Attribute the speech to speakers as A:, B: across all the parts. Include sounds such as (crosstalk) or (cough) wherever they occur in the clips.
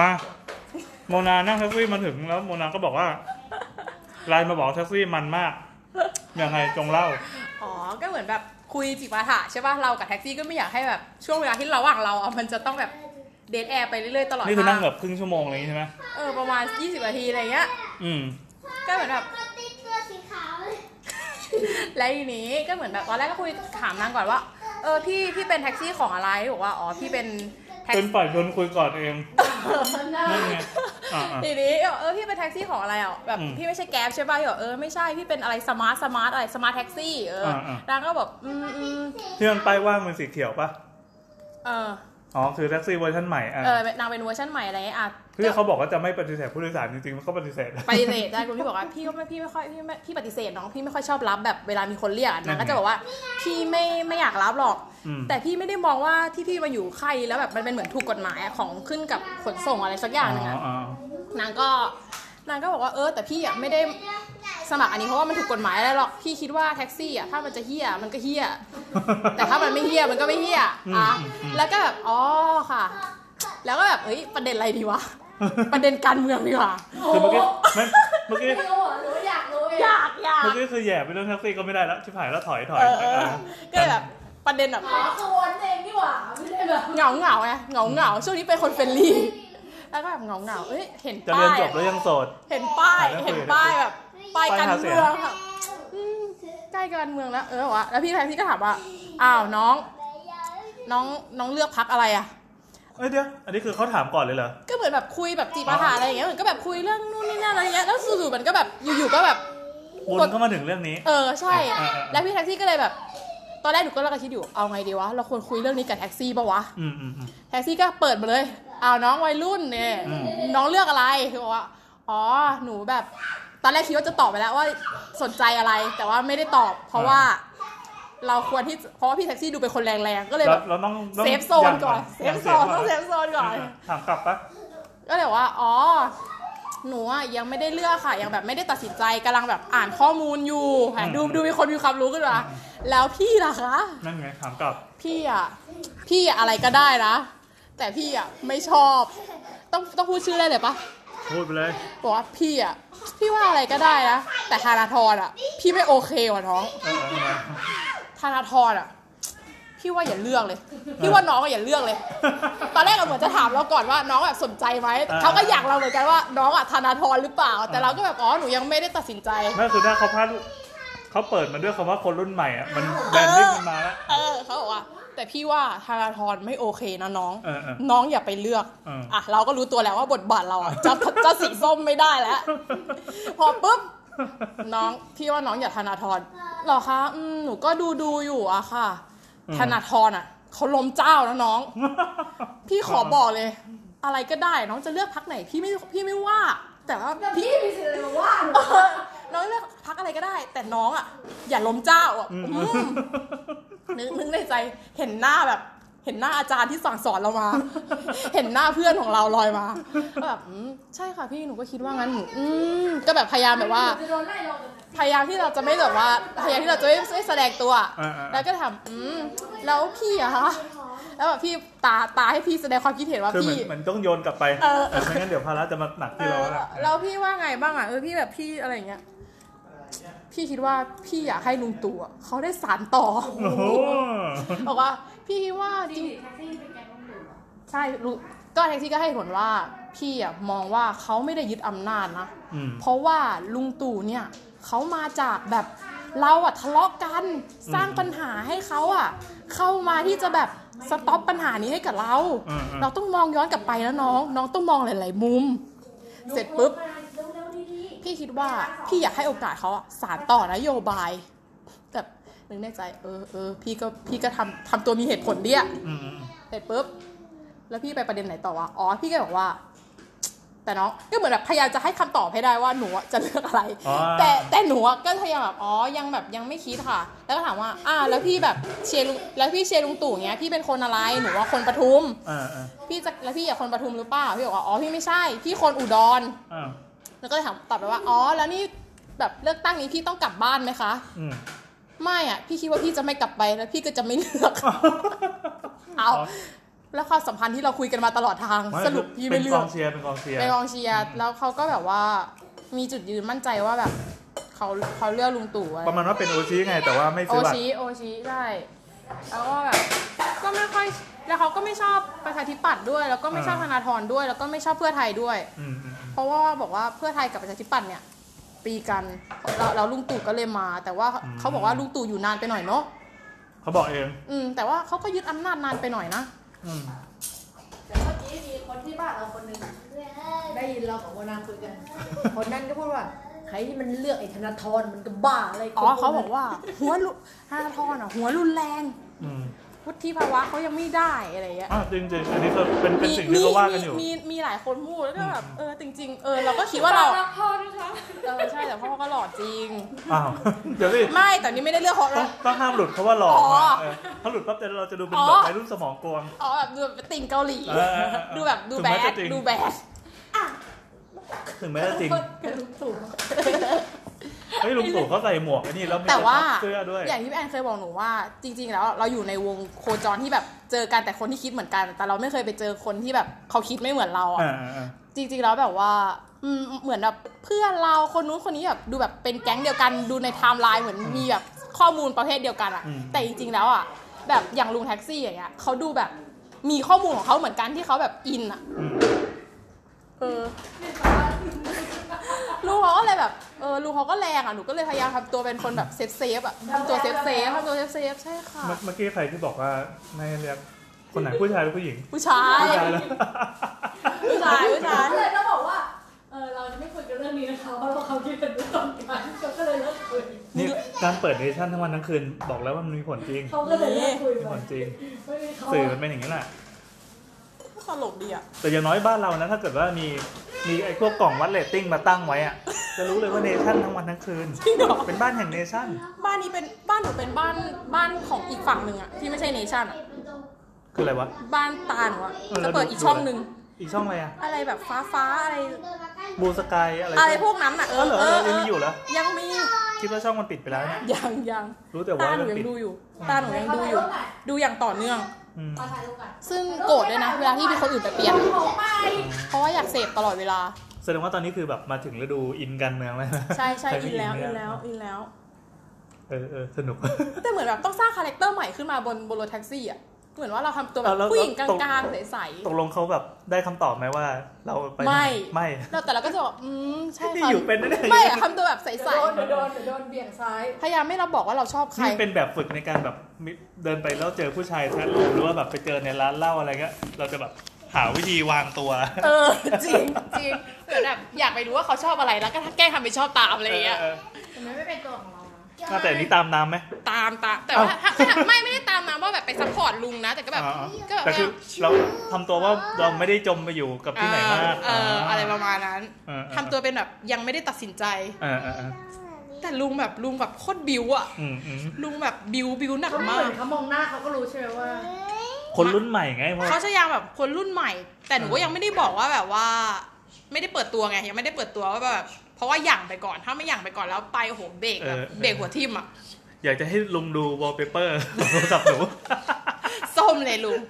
A: มาโมนานั่งแท็กซี่มาถึงแล้วโมนาก็บอกว่าไลน์มาบอกแท็กซี่มันมากยังไงจงเล่า
B: อ๋อ ก็เหมือนแบบคุยจิปาถะใช่ป่ะ เรากับแท็กซี่ก็ไม่อยากให้แบบช่วงเวลาที่ระหว่างเราอ่ะมันจะต้องแบบเดทแอร์ไปเรื่อยๆตลอด
A: นี่คือนั่งแบ
B: ทา
A: บครึ่งชั่วโมงอะไรอย่างงี้ใช่ไหม
B: เออประมาณ 20นาทีอะไรเงี้ย
A: อืม
B: ก็เหมือนแบบ
C: ก็ติ๊กเกอร์สีขาวเลย
B: และทีนี้ก็เหมือนแบบตอนแรกก็คุยถามนางก่อนว่า เออพี่พี่เป็นแท็กซี่ของอะไรบอกว่า อ๋อพี่เป็นแท็ก
A: เป็นฝ่ายชนคุยก่อนเองนั่นไงอ่า
B: ทีนี้ก็เออพี่เป็นแท็กซี่ของอะไรอ่ะแบบ
A: อืม
B: พี่ไม่ใช่แก๊ปใช่ป่ะพี่บอกเออไม่ใช่พี่เป็นอะไรสมาร์ทสมาร์ทอะไรสมาร์ทแท็กซี่เออ
A: อ่าอ่าน
B: นางก็แบบอืมอืม
A: ๆที่มันป้ายว่างเป็นสีเขียวปะ
B: เออ
A: อ๋อคือแท็กซี่เวอร์ชันใหม่อ่ะ
B: เออนางเป็นเวอร์ชันใหม่อะไรเงี้ยอ่ะ
A: คือเขาบอกว่าจะไม่ปฏิเสธผู้โดยสารจริงๆมันก็ปฏิเสธ
B: ปฏิเสธได้คุณพี่บอกว่าพี่ก็ไม่พี่ไม่ค่อยพี่ไม่พี่ปฏิเสธน้องพี่ไม่ค่อยชอบรับแบบเวลามีคนเรียกอะนางก็จะบอกว่าพี่ไม่ไม่อยากรับหรอก
A: อืม
B: แต่พี่ไม่ได้มองว่าที่พี่มาอยู่ค่ายแล้วแบบมันเป็นเหมือนถูกกฎหมายอะของขึ้นกับขนส่งอะไรสักอย่างหนึงอะ
A: อ๋อน
B: างก็นางก็บอกว่าเออ แต่พี่อะไม่ได้สมัครอันนี้เพราะว่ามันถูกกฎหมายอะไรหรอกพี่คิดว่าแท็กซี่อะถ้ามันจะเฮี้ยมันก็เฮี้ยแต่ถ้ามันไม่เฮี้ยมันก็ไม่เฮี้ยอ่ะแล้วก็แบบอ๋อค่ะ แล้วก็แบบเอ้ยประเด็นอะไรดีวะประเด็นการเมืองดีกว่า
A: คือเมื่อกี้ไม่เมื่อกี้
C: ไม่รู้เหรอหรืออยากรู้
B: อยากอยาก
A: เมื่อกี้คือแย่ไปเรื่องแท็กซี่ก็ไม่ได้แล้วชิบหายแล้วถอยถอย
B: เออ
A: ถ
B: เอ
A: อย
B: อก็เลยแบบประเด็นแบบ
C: ขอคือวนเองดีกว่าไม่ได้แบบ
B: เหงาเหงาๆไงเหงาเหงาๆช่วงนี้เป็นคนเฟรนลี่ (laughs) แล้วก็แบบเหงาเหงาๆเอ้ยเห็น
A: จะ
B: ป้า
A: เรียน
B: ย
A: จบแล้วยังโสด
B: เห็นป้าย
A: อ่ะ
B: เห็นป้ายแบบป้าย
A: ป้าย
B: การ
A: หาเสี
B: เมื
A: ยง
B: องแบบใกล้การเมืองแล้วเออวะแล้วพี่แพรพี่ก็ถามว่าอ้าวน้องน้องน้องเลือกพักอะไรอ่ะ
A: เอ้ยเดี๋ยวอันนี้คือเขาถามก่อนเลยเหรอ
B: ก็เหมือนแบบคุยแบบจีบอาหารอะไรอย่างเงี้ยเหมือนก็แบบคุยเรื่องนู่นนี่นั่นอะไรเงี้ยแล้วสู่ๆมันก็แบบอยู่ๆก็แบบ
A: บุญก็มาถึงเรื่องนี้
B: เออใช่
A: อ่าอ่าอ่า
B: แล้วพี่แท็กซี่ก็เลยแบบ ตอนแรกหนูก็กำลังคิดอยู่เอาไงดีวะเราควรคุยเรื่องนี้กับแท็กซี่ปะวะ
A: อืมอืมอืม
B: แท็กซี่ก็เปิดมาเลยอ้าวน้องวัยรุ่นเนี่ย
A: อืม
B: น้องเลือกอะไรคือบอกว่า อ๋อ หนูแบบ ตอนแรกคิดว่าจะตอบไปแล้วว่าสนใจอะไร แต่ว่าไม่ได้ตอบ เพราะว่า เราควรที่ เพราะว่าพี่แท็กซี่ดูเป็นคนแรงๆ ก็เลย
A: เรา
B: แบบ
A: เราต้องต้อง
B: เซฟโซนก่อน เซ
A: ย่า
B: ฟ
A: ง
B: โซนต้องเซฟโซนก่อน
A: ถามกลับปะ
B: ก็เลยบอกว่า อ๋อ หนูอะยังไม่ได้เลือกค่ะ ยังแบบไม่ได้ตัดสินใจกำลังแบบอ่านข้อมูลอยู่แหมดูดูมีคนมีความรู้ขึ้นมา แล้วพี่ล่ะคะ
A: นั่นไงถามกลับ
B: พี่อ่ะ พี่อะอะไรก็ได้นะ แต่พี่อ่ะไม่ชอบ ต้องต้องพูดชื่อได้เลยปะ
A: พูดไปเลย
B: บอกว่าพี่อ่ะ พี่ว่าอะไรก็ได้นะ แต่ธนาธรอ่ะ พี่ไม่โอเคว่ะน้อง
A: เออเออเออ
B: ธนาธรอ่ะ พี่ว่าอย่าเลือกเลย พี่ว่าน้องอะอย่าเลือกเลย ตอนแรกเราเหมือนจะถามเราก่อนว่าน้องแบบสนใจไหม
A: อ่า
B: เขาก็อยากเราเหมือนกันว่าน้องอ่ะธนาธรหรือเปล่า แต่เราก็แบบอ๋อหนูยังไม่ได้ตัดสินใจ
A: นั่นคือถ้าเขาพลาดเขาเปิดมาด้วยคำว่าคนรุ่นใหม่อ่ะ มันแบรนดิ้งมันมาแล้ว
B: เออเขาบอกว่า แต่พี่ว่าธนาธรไม่โอเคนะน้อง
A: เออเออ
B: น้องอย่าไปเลือก
A: เอออ่
B: อ่ะเราก็รู้ตัวแล้วว่าบทบาทเราอ่ะจะ (laughs) จะสีส้มไม่ได้แล้ว (laughs) พอปุ๊บ น้องพี่ว่าน้องอย่าธนาธรหรอคะอืมหนูก็ดูดูอยู่อะค่ะ ธนาธรอ่ะเขาล้มเจ้านะน้อง พี่ขอบอกเลย อะไรก็ได้ น้องจะเลือกพักไหน พี่ไม่พี่ไม่ว่า แต่
C: (laughs)
B: ว่า
C: แบบ
B: พี่
C: พี่มีสิทธิ์อะไรมาว่าหนู
B: เออน้องเลือกพักอะไรก็ได้ แต่น้องอ่ะ อย่าล้มเจ้าอ่ะ
A: อืม
B: อืมนึกนึกในใจเห็นหน้าแบบ เห็นหน้าอาจารย์ที่สั่งสอนเรามา (laughs) เห็นหน้าเพื่อนของเราลอยมาก็แบบอืมใช่ค่ะพี่หนูก็คิดว่างั้นหนูอืมก็แบบพยายามแบบว่า
C: จะโดนไล่ลงเลย
B: พยายามที่เราจะไม่แบบว่าพยายามที่เราจะไม่ไม่แสดงตัว
A: เออเออ
B: แล้วก็ถามอืมแล้วพี่อะคะแล้วแบบพี่ตาตาให้พี่แสดงความคิดเห็นว่า
A: คือเหมือ
B: พี่
A: นมันต้องโยนกลับไป
B: เออ
A: เออไม่งั้นเดี๋ยวภาระจะมาหนัก
B: เอ
A: ที่เรา
B: อ
A: แล้ว
B: แล้วพี่ว่าไงบ้างอะเออพี่แบบพี่อะไรอย่างเงี้ยพี่คิดว่าพี่อยากให้ลุงตู่อะเขาได้สารต่อ
A: โอ้โห
B: บอกว่า พี่คิดว่าจริง
C: แท็กซี่เป็นแกงต้มหมูอะ
B: ใช่รู้ก็แท็กซี่ก็ให้เหตุผลว่า พี่อ่ะมองว่าเขาไม่ได้ยึดอำนาจนะ
A: อืม
B: เพราะว่าลุงตู่เนี่ยเขามาจากแบบเราอ่ะทะเลาะกันสร้างปัญหาให้เขาอ่ะ เข้ามาที่จะแบบสต็อปปัญหานี้ให้กับเรา
A: อืมอืม
B: เราต้องมองย้อนกลับไปนะน้อง น้องต้องมองหลาย ๆ มุม เสร็จปุ๊บ
C: มาเร็วๆดีๆ
B: พี่คิดว่าพี่อยากให้โอกาสเขาอะสานต่อนโยบายแบบนึกในใจ เออเออพี่ก็พี่ก็ทำทำตัวมีเหตุผลเดีย
A: อืมอืม
B: เสร็จปุ๊บ แล้วพี่ไปประเด็นไหนต่อวะ อ๋อ พี่ก็บอกว่า แต่น้อง ก็เหมือนแบบพยายามจะให้คำตอบให้ได้ว่าหนูอะจะเลือกอะไร
A: อ๋อ
B: แต่แต่หนูอะก็พยายามแบบ อ๋อ ยังแบบยังไม่คิดค่ะ แล้วก็ถามว่า อ่า แล้วพี่แบบเชียร์ลุง แล้วพี่เชียร์ลุงตู่เงี้ย พี่เป็นคนอะไร หนูว่าคนปทุม
A: อ่าอ่า
B: พี่จะ แล้วพี่อยากคนปทุมหรือเปล่า พี่บอกว่า อ๋อ พี่ไม่ใช่ พี่คนอุดร
A: อ่า
B: แล้วก็เลยถามตอบไปว่า อ๋อ แล้วนี่แบบเลือกตั้งนี้พี่ต้องกลับบ้านไหมคะ
A: อืม
B: (laughs) ไม่อะพี่คิดว่าพี่จะไม่กลับไปแล้วพี่ก็จะไม่เลือก เอา
A: อ๋อ
B: และความสัมพันธ์ที่เราคุยกันมาตลอดทาง
A: ไม่
B: สรุปพี่
A: เป็
B: ไม่
A: น
B: เลื
A: ก
B: อ
A: อก งเชียร์เป็นกองเชียร์
B: เป็นกองเชียร์แล้วเขาก็แบบว่า มีจุดยืนมั่นใจว่าแบบเขาเขาเลือกลุงตู่ไว้
A: ประมาณว่าเป็นโอชิไงแต่ว่าไม่
B: โอ
A: ซื้อบัตร
B: ชิโอชิใช่แล้วก็แบบก็ไม่ค่อยแล้วเขาก็ไม่ชอบประชาธิปัตย์ด้วย แล้วก็ไม่ชอบธนาธรด้วย แล้วก็ไม่ชอบเพื่อไทยด้วย
A: อืมอืมอืม
B: เพราะว่าบอกว่าเพื่อไทยกับประชาธิปัตย์เนี่ยตีกันแล้วแล้วลุงตู่ก็เลยมา แต่ว่าเขาบอกว่าลุงตู่อยู่นานไปหน่อยเนาะ
A: เขาบอกเอง
B: อืมแต่ว่าเขาก็ยึดอำนาจนานไปหน่อยนะ
A: อืม
C: แต่เมื่อกี้มีคนที่บ้านเราคนหนึ่งได้ยินเรากับโมนาคุยกัน คนนั้นก็พูดว่าใครที่มันเลือกไอ้ธนาธรมันก็บ้าอะไร
B: อ๋อเขาบอกว่า (laughs) หัวรุธนาธรอ่ะหัวรุนแรง
A: อืม
B: วุฒิภาวะเขายังไม่ได้อะไรอย่างเงี้ย
A: อ่ะจริงจริงๆอันนี้ก็เป็นเป็นสิ่งที่เขาว่ากันอยู่
B: มีมีมีหลายคนพูดแล้วก็แบบเออจริง ๆ เออเราก็คิดว่าเรา
C: พ่อด้วยค่ะ
B: เออใช่แต่พ่อก็หล่อจริง
A: อ้าว (laughs) เดี๋ยวสิ
B: ไม่แต่นี่ไม่ได้เลือกเพราะ
A: ต้องต้องห้ามหลุดเพราะว่าหลอก
B: อ๋อ
A: มาเออถ้าหลุดปั๊บเดี๋ยวเราจะดูเป็นแบ
B: อ๋
A: บ
B: อ
A: วัยรุ่นสมองโกง
B: อ๋อแบบดูแบบติ่งเกาหลี
A: เออเออเออ
B: ดูแบบดู
A: ถึง
B: แบ
A: แม้
B: ด
A: จะจริง
B: ดูแบด
A: ถึงแม้
B: (laughs)
A: จะจริง
C: เป็นลุงตู่
A: เฮ้ยลุงตู่เขาใส่หมวกไอ้นี่แล้วมี
B: แต่ว่า
A: เสื้อด้วย
B: อย่างที่พี่แอนเคยบอกหนูว่า จริง ๆ แล้วเราอยู่ในวงโคจรที่แบบเจอกันแต่คนที่คิดเหมือนกัน แต่เราไม่เคยไปเจอคนที่แบบเขาคิดไม่เหมือนเราอ่ะ
A: อ่าอ่าอ่า
B: จริงๆ แล้วแบบว่าอืมเหมือนแบบเพื่อนเราคนนู้นคนนี้แบบดูแบบเป็นแก๊งเดียวกันดูในไทม์ไลน์เหมือนมีแบบข้อมูลประเภทเดียวกันอะ
A: อืม
B: แต่จริงๆ แล้วอะแบบอย่างลุงแท็กซี่อย่างเงี้ยเขาดูแบบมีข้อมูลของเขาเหมือนกันที่เขาแบบอินอะ
A: อืม
B: เออลุงเขาก็เลยแบบเออลุงเขาก็แรงอะหนูก็เลยพยายามทำตัวเป็นคนแบบเซฟเซฟๆอะทำตัวเซฟเซฟๆทำตัวเซฟเซฟๆใช่ค่ะ
A: เมื่อเมื่อกี้ใครที่บอกว่าไม่เรียกคนไหนผู้ชายหรือผู้หญิง
B: ผู้ชาย
A: ผู้
B: (laughs)
A: ชายแล้ว
B: ผู้ชายผู้ชาย
C: ก็เลยต้องบอกว่าเออเราจะไม่คุยกันเรื่องนี้นะคะเพราะเราเขาคิดกันไม่ตรงกันเขาก็เลยเลิกคุย
A: นี่การเปิดเนชั่นทั้งวันทั้งคืนบอกแล้วว่ามันมีผลจริง
C: เขาก็เลยเลิกคุย
A: มี
C: ไป
A: ผลจริง
C: ไม่มีเขา
A: สื่อมันเป็นอย่างนี้แหละ
B: ตลกดีอะ
A: แต่อย่างน้อยบ้านเรานะถ้าเกิดว่ามีมีไอ้พวกกล่องวัดเรตติ้งมาตั้งไว้อะจะรู้เลยว่าเนชั่นทั้งวันทั้งคืน
B: จริงเหรอ
A: เป็นบ้านแห่งเนชั่น
B: บ้านนี้เป็นบ้านหนูเป็นบ้านบ้านของอีกฝั่งหนึ่งอะที่ไม่ใช่เนชั่นอะ
A: คืออะไรวะ
B: บ้านตาหนูอะ
A: เออแล้
B: จะ
A: วดู
B: เปิดอีกช่องหนึ่ง
A: อีกช่องอะไรอะ
B: อะไรแบบฟ้าฟ้าอะไร
A: บูสกายอะไร
B: อะไรพวกนั้นอะเอ
A: เออ
B: อ
A: เหรอเอ
B: เออ
A: อ
B: เอ
A: ยัง
B: อ
A: มีอยู่เหรอ
B: ยังมี
A: คิดว่าช่องมันปิดไปแล้วเนี่ย
B: ยังยัง
A: รู้แต่
B: ตา
A: ว่า
B: หนู
A: มัน
B: ยัง
A: ปิด
B: ดูอยู่ ตาหนูยังดูอยู่ ดูอย่างต่อเนื่อง
A: อืม
C: มาถ่ายรูปกัน
B: ซึ่งโกรธด้วยนะ เวลาที่มีคนอื่นไปเปลี่ยน
C: ของใหม่
B: เพราะว่าอยากเสพตลอดเวลา
A: แสดงว่าตอนนี้คือแบบมาถึงฤดูอินการเมืองแล้วนะ
B: ใช่ใช่
A: คร
B: อิ
A: ไม่
B: นแล้ว
A: ไม่
B: อิ
A: ได้
B: นแล้วอินแล้ว
A: เออเออสนุก (laughs)
B: แต่เหมือนแบบต้องสร้างคาแรคเตอร์ใหม่ขึ้นมาบนบนรถแท็กซี่อะเหมือนว่าเราทำตัวแบ
A: เอา
B: บ
A: แล้ว
B: ผู้หญิงกล
A: ต
B: างๆใส
A: ตกลงเขาแบบได้คำตอบไหมว่า เราไป
B: ไม่
A: ไม่
B: ๆเราแต่เราก็จะบอกอืมใช่
A: ที่
B: ค่ะ
A: อยู่เป็นนะเนี่ย
B: ไม่อะทำตัวแบบใส
C: เดี๋ยวโดนเดี๋ยวโดนเดี๋ยวโดนเบี่ยงซ้าย
B: ๆพยายามไม่เราบอกว่าเราชอบใคร
A: นี่เป็นแบบฝึกในการแบบมีเดินไปแล้วเจอผู้ชายแชทรูมหรือว่าแบบไปเจอในร้านเหล้าอะไรเงี้ยเราจะแบบหาวิธีวางตัว
B: เออจริงจริงเหมือนแบบอยากไปรู้ว่าเขาชอบอะไรแล้วก็แกล้งทำไปนชอบตามอะไรอย่างเงี้ย
C: ทำไมไม่เป็นตัวของเรานะ
A: หน้าแต่อันนี้ตามน้ำไหม
B: ตามตามแต่ว่าถ้าถ้าไม่ไม่ได้ตามนะว่าแบบไปซัพพอร์ตลุงนะ แต่ก็แบบ
A: อ๋อ
B: ก็แบบ
A: แต่คือเราทำตัวว่าเราไม่ได้จมไปอยู่กับที่ไหนมาก
B: เอออะไรประมาณนั้น
A: เออเออ
B: ทำตัวเป็นแบบยังไม่ได้ตัดสินใจ
A: เออเออเออ
B: แต่ลุงแบบลุงแบบโคตรบิวอะ
A: อืมอืม
B: ลุงแบบบิวบิวหนัก
C: เขาเหมื
B: มา
C: อก นเขามองหน้าเขาก็รู้ใช่ไหมว่า
A: คนรุ่นใหม่ไงเพราะ
B: เขาจะยังแบบคนรุ่นใหม่ แต่หนู
A: เอ
B: ก็
A: อ
B: ยังไม่ได้บอกว่าแบบว่า ไม่ได้เปิดตัวไงยังไม่ได้เปิดตัวว่าแบบเพราะว่าหยั่งไปก่อน ถ้าไม่หยั่งไปก่อนแล้วไปโอ้โหเบรกแบบเบรกหัวทิ่มอะ
A: อยากจะให้ลุงดูวอลเปเปอร์โทรศัพท์หนู
B: ส้มเลยลุง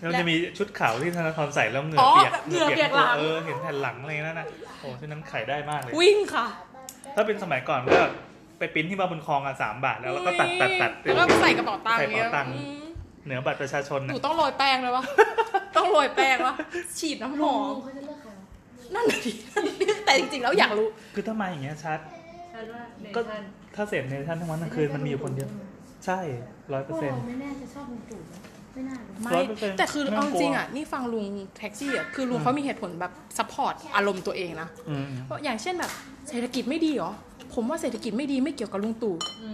A: แล้วจะมีชุดขาวที่ธนาธรใส่แล้วเหงื่อ
B: อ
A: เปียก
B: แบบเหงื่อเปียกหลัง
A: เออเห็นแผ่นหลังอะไรนั่นน่ะโอ้ชุดนั้นขายได้มากเลย
B: วิ่งค่ะ
A: ถ้าเป็นสมัยก่อนก็ไปปริ้นที่มาบนคลองอ่ะสามบาทแล้วแล้วก็ตัดตัดตัด
B: แล้วก็ใส่กระเป๋าตังค์
A: ใส่กระเป๋าตังค์
B: อืม
A: เหนือบัตรประชาชน
B: หนู
A: น่ะ
B: ต้องโรยแป้งเลยวะ ต้องโรยแป้งวะฉีดน้ำห
C: ม
B: อ
C: อง
B: ม
C: เขาจะเลือกใครวะ
B: นั่นน่ะดิ (laughs) แต่จริงๆแล้วอยากรู้
A: คือถ้ามาอย่างเงี้ยชัด
C: ฉันว่าเน
A: ก็
C: ชั่น
A: ถ้าเสพในท่านทั้งวันทั้งคืนมันมีอยู่คนเดียวใช่ร้อย
C: พ
A: เปอ
C: ว
A: ร์
C: ก
A: เซ็น
C: เรา
A: ต์
C: ไม่แน่าจะชอบลุงตู่นะไม่น่ารู้
B: ไม่
A: 100%
B: แต่คือ
A: น่ากลัว
B: เอาจริงอ่ะ นี่ฟังลุงแท็กซี่อ่ะ คือลุงเขามีเหตุผลแบบซัพพอร์ตอารมณ์ตัวเองนะ
A: อืม
B: เพราะอย่างเช่นแบบเศรษฐกิจไม่ดีเหรอ ผมว่าเศรษฐกิจไม่ดีไม่เกี่ยวกับลุงตู่
C: อื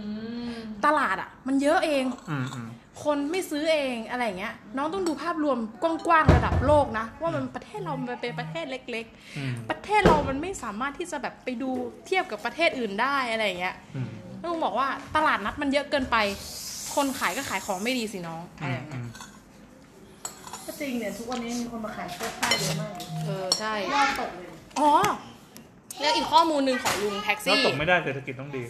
C: ม
B: ตลาดอ่ะ มันเยอะเอง
A: อืมอืม
B: คนไม่ซื้อเองอะไรอย่างเงี้ย น้องต้องดูภาพรวมกว้างๆระดับโลกนะ ว่ามันประเทศเรามันเป็นประเทศเล็ก
A: อืม
B: ๆ ประเทศเรามันไม่สามารถที่จะแบบไปดูเทียบกับประเทศอื่นได้อะไรอย่างเงี้ย
A: อืม
B: ลุงบอกว่าตลาดนัดมันเยอะเกินไป คนขายก็ขายของไม่ดีสิน้องอะไรอย่าง
A: อื
B: เงี้ย
A: ม
C: ก็จริงเนี่ย ทุกวันนี้มีคนมาขายเสื้อผ้าเยอะมาก
B: เออใช่
C: ยอดตกเลย
B: อ๋อแล้วอีกข้อมูลหนึ่งของลุงแท็ก
A: แล้ว
B: ซี่
A: ตกไม่ได้เศรษฐกิจต้องดี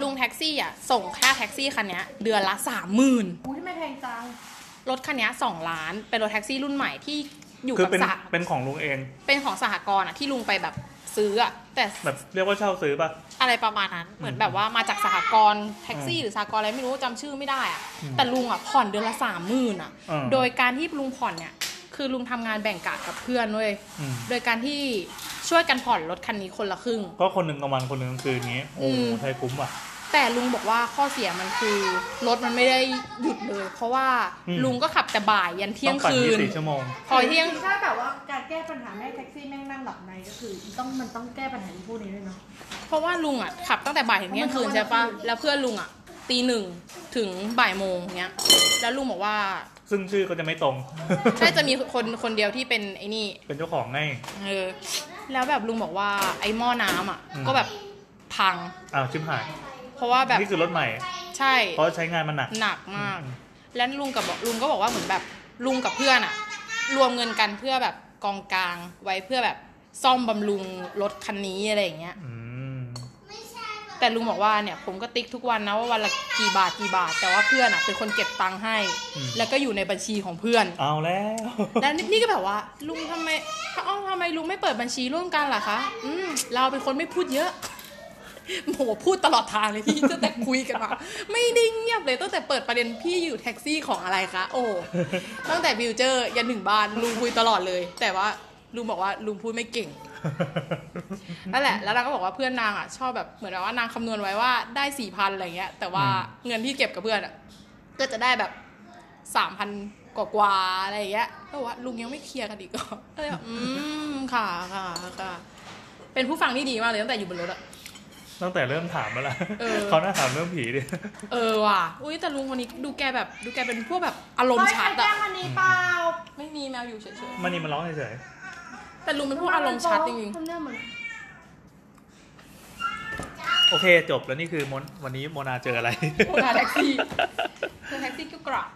B: ลุงแท็กซี่อ่ะส่งค่าแท็กซี่คันเนี้ยเดือนละสามหมื่น
C: อู้ที่ไม่แพงจัง
B: รถคันเนี้ยสองล้าน เป็นรถแท็กซี่รุ่นใหม่ที่อยู่
A: คือ
B: กับ
A: เป็น
B: สห
A: เป็นของลุงเอง
B: เป็นของสหกรณ์อะที่ลุงไปแบบซื้ออะแต่
A: แบบเรียกว่าเช่าซื้อป่ะ
B: อะไรประมาณนั้น เหมือนแบบว่ามาจากสหกรณ์แท็กซี่หรือสหกรณ์อะไรไม่รู้จำชื่อไม่ได้อะ
A: อืม
B: แต่ลุงอะผ่อนเดือนละสามหมื่นอะ
A: อ่า
B: โดยการที่ลุงผ่อนเนี่ยคือลุงทำงานแบ่งกะกับเพื่อนเว้ย
A: อืม
B: โดยการที่ช่วยกันผ่อนรถคันนี้คนละครึ่ง
A: ก็คนหนึ่งกลางวันคนหนึ่งกลางคืนอย่างงี้ โอ้โห
B: อืม
A: ไทยคุ้มว่ะ
B: แต่ลุงบอกว่าข้อเสียมันคือรถมันไม่ได้หยุดเลย เพราะว่า
A: อืม
B: ลุงก็ขับแต่บ่ายยันเที่ย
A: ต้
B: ง
A: องปั่น
B: คื
A: ยี่
B: น
A: สี่ชั่วโมง
B: พอเที่ยง
C: ถ้าแบบว่าการแก้ปัญหาไม่ให้แท็กซี่แม่งนั่งหลับในก็คือต้องมันต้องแก้ปัญหาที่พวกนี้ด้วยเนาะ
B: เพราะว่าลุงอ่ะขับตั้งแต่บ่ายถึงเที่ยงคืนใช่ปะแล้วเพื่อนลุงอ่ะตีหนึ่งถึงบ่ายโมงเนี้ย แล้วลุงบอกว่า
A: ซึ่งชื่อก็จะไม่ตรง
B: น่าจะมีคนคนเดียวที่เป็นไอ้นี่
A: (laughs) เป็นเจ้าของไง
B: เออแล้วแบบลุงบอกว่าไอ้หม้อน้ำอ่ะ
A: อืม
B: ก็แบบพัง
A: อ้าวชิบหาย
B: เพราะว่าแบบ
A: นี่คือรถใหม่
B: ใช่
A: เพราะใช้งานมันหนัก
B: หนักมาก
A: อืม
B: แล้วลุงกับบอกลุงก็บอกว่าเหมือนแบบลุงกับเพื่อนอ่ะ รวมเงินกันเพื่อแบบกองกลางไว้เพื่อแบบซ่อมบำรุงรถคันนี้อะไรอย่างเงี้ย
A: อืม
B: แต่ลุงบอกว่าเนี่ยผมก็ติ๊กทุกวันนะว่าวันละกี่บาทกี่บาท แต่ว่าเพื่อนอ่ะเป็นคนเก็บตังค์ให้
A: อืม
B: แล้วก็อยู่ในบัญชีของเพื่อน
A: เอาแล้ว
B: แล้วนี่นี่ก็แบบว่า ลุงทำไมเอ้าทำไมลุงไม่เปิดบัญชีร่วมกันล่ะคะอืมเราเป็นคนไม่พูดเยอะ (laughs) โหพูดตลอดทางเลยพี่ตั้งแต่คุยกันมาไม่ได้เงียบเลยตั้งแต่เปิดประเด็นพี่อยู่แท็กซี่ของอะไรคะโอ้ตั้งแต่บิวเจอร์ยันถึงบ้านลุงคุยตลอดเลย แต่ว่าลุงบอกว่าลุงพูดไม่เก่ง นั่นแหละ แล้วนางก็บอกว่าเพื่อนนางอ่ะชอบแบบเหมือนแบบว่านางคำนวณไว้ว่าได้สี่พันอะไรเงี้ย แต่ว่า
A: อื
B: เงินที่เก็บกับเพื่อนอ่ะก็จะได้แบบสามพันกว่าๆอะไรเงี้ยก็บอกว่าลุงยังไม่เคลียร์กันอีกเหรอก็เลยแบบอืมค่ะค่ะค่ะ เป็นผู้ฟังที่ดีมากเลยตั้งแต่อยู่บนรถอ่ะ
A: (laughs) ตั้งแต่เริ่มถามมาแล้ว
B: เออ
A: เขาน่าถามเรื่องผีดิ
B: เออว่ะอุ้ยแต่ลุงคนนี้ดูแกแบบดูแกเป็นพวกแบบอารมณ์ชัด
C: เฮ้ยใครแกล้
B: อ่ะ
C: งมันนี้เปล่า
B: ไม่มีแมวอยู่เฉย
A: มันนี่มันร้องเฉย
B: ๆแต่ลุงเป็นพวกอารมณ์ชัดจริง
C: ทำหน้าเหมือน
A: ๆ โอเคจบแล้วนี่คือมนวันนี้โมนาเจออะไร
B: ๆโคตรแท็กซี่โคตรแท็กซี่ก็กราด